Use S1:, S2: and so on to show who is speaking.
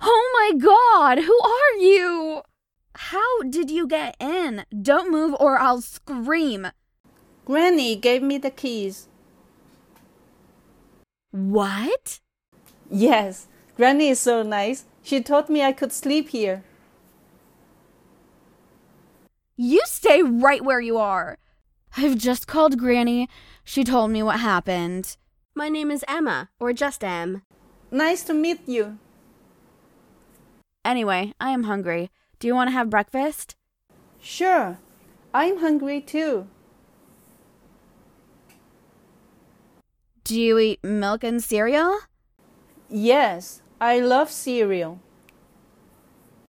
S1: Oh my god, who are you? How did you get in? Don't move or I'll scream.
S2: Granny gave me the keys.
S1: What?
S2: Yes, Granny is so nice. She told me I could sleep here.
S1: You stay right where you are. I've just called Granny. She told me what happened.
S3: My name is Emma, or just Em.
S2: Nice to meet you.
S1: Anyway, I am hungry. Do you want to have breakfast?
S2: Sure, I'm hungry too.
S1: Do you eat milk and cereal?
S2: Yes, I love cereal.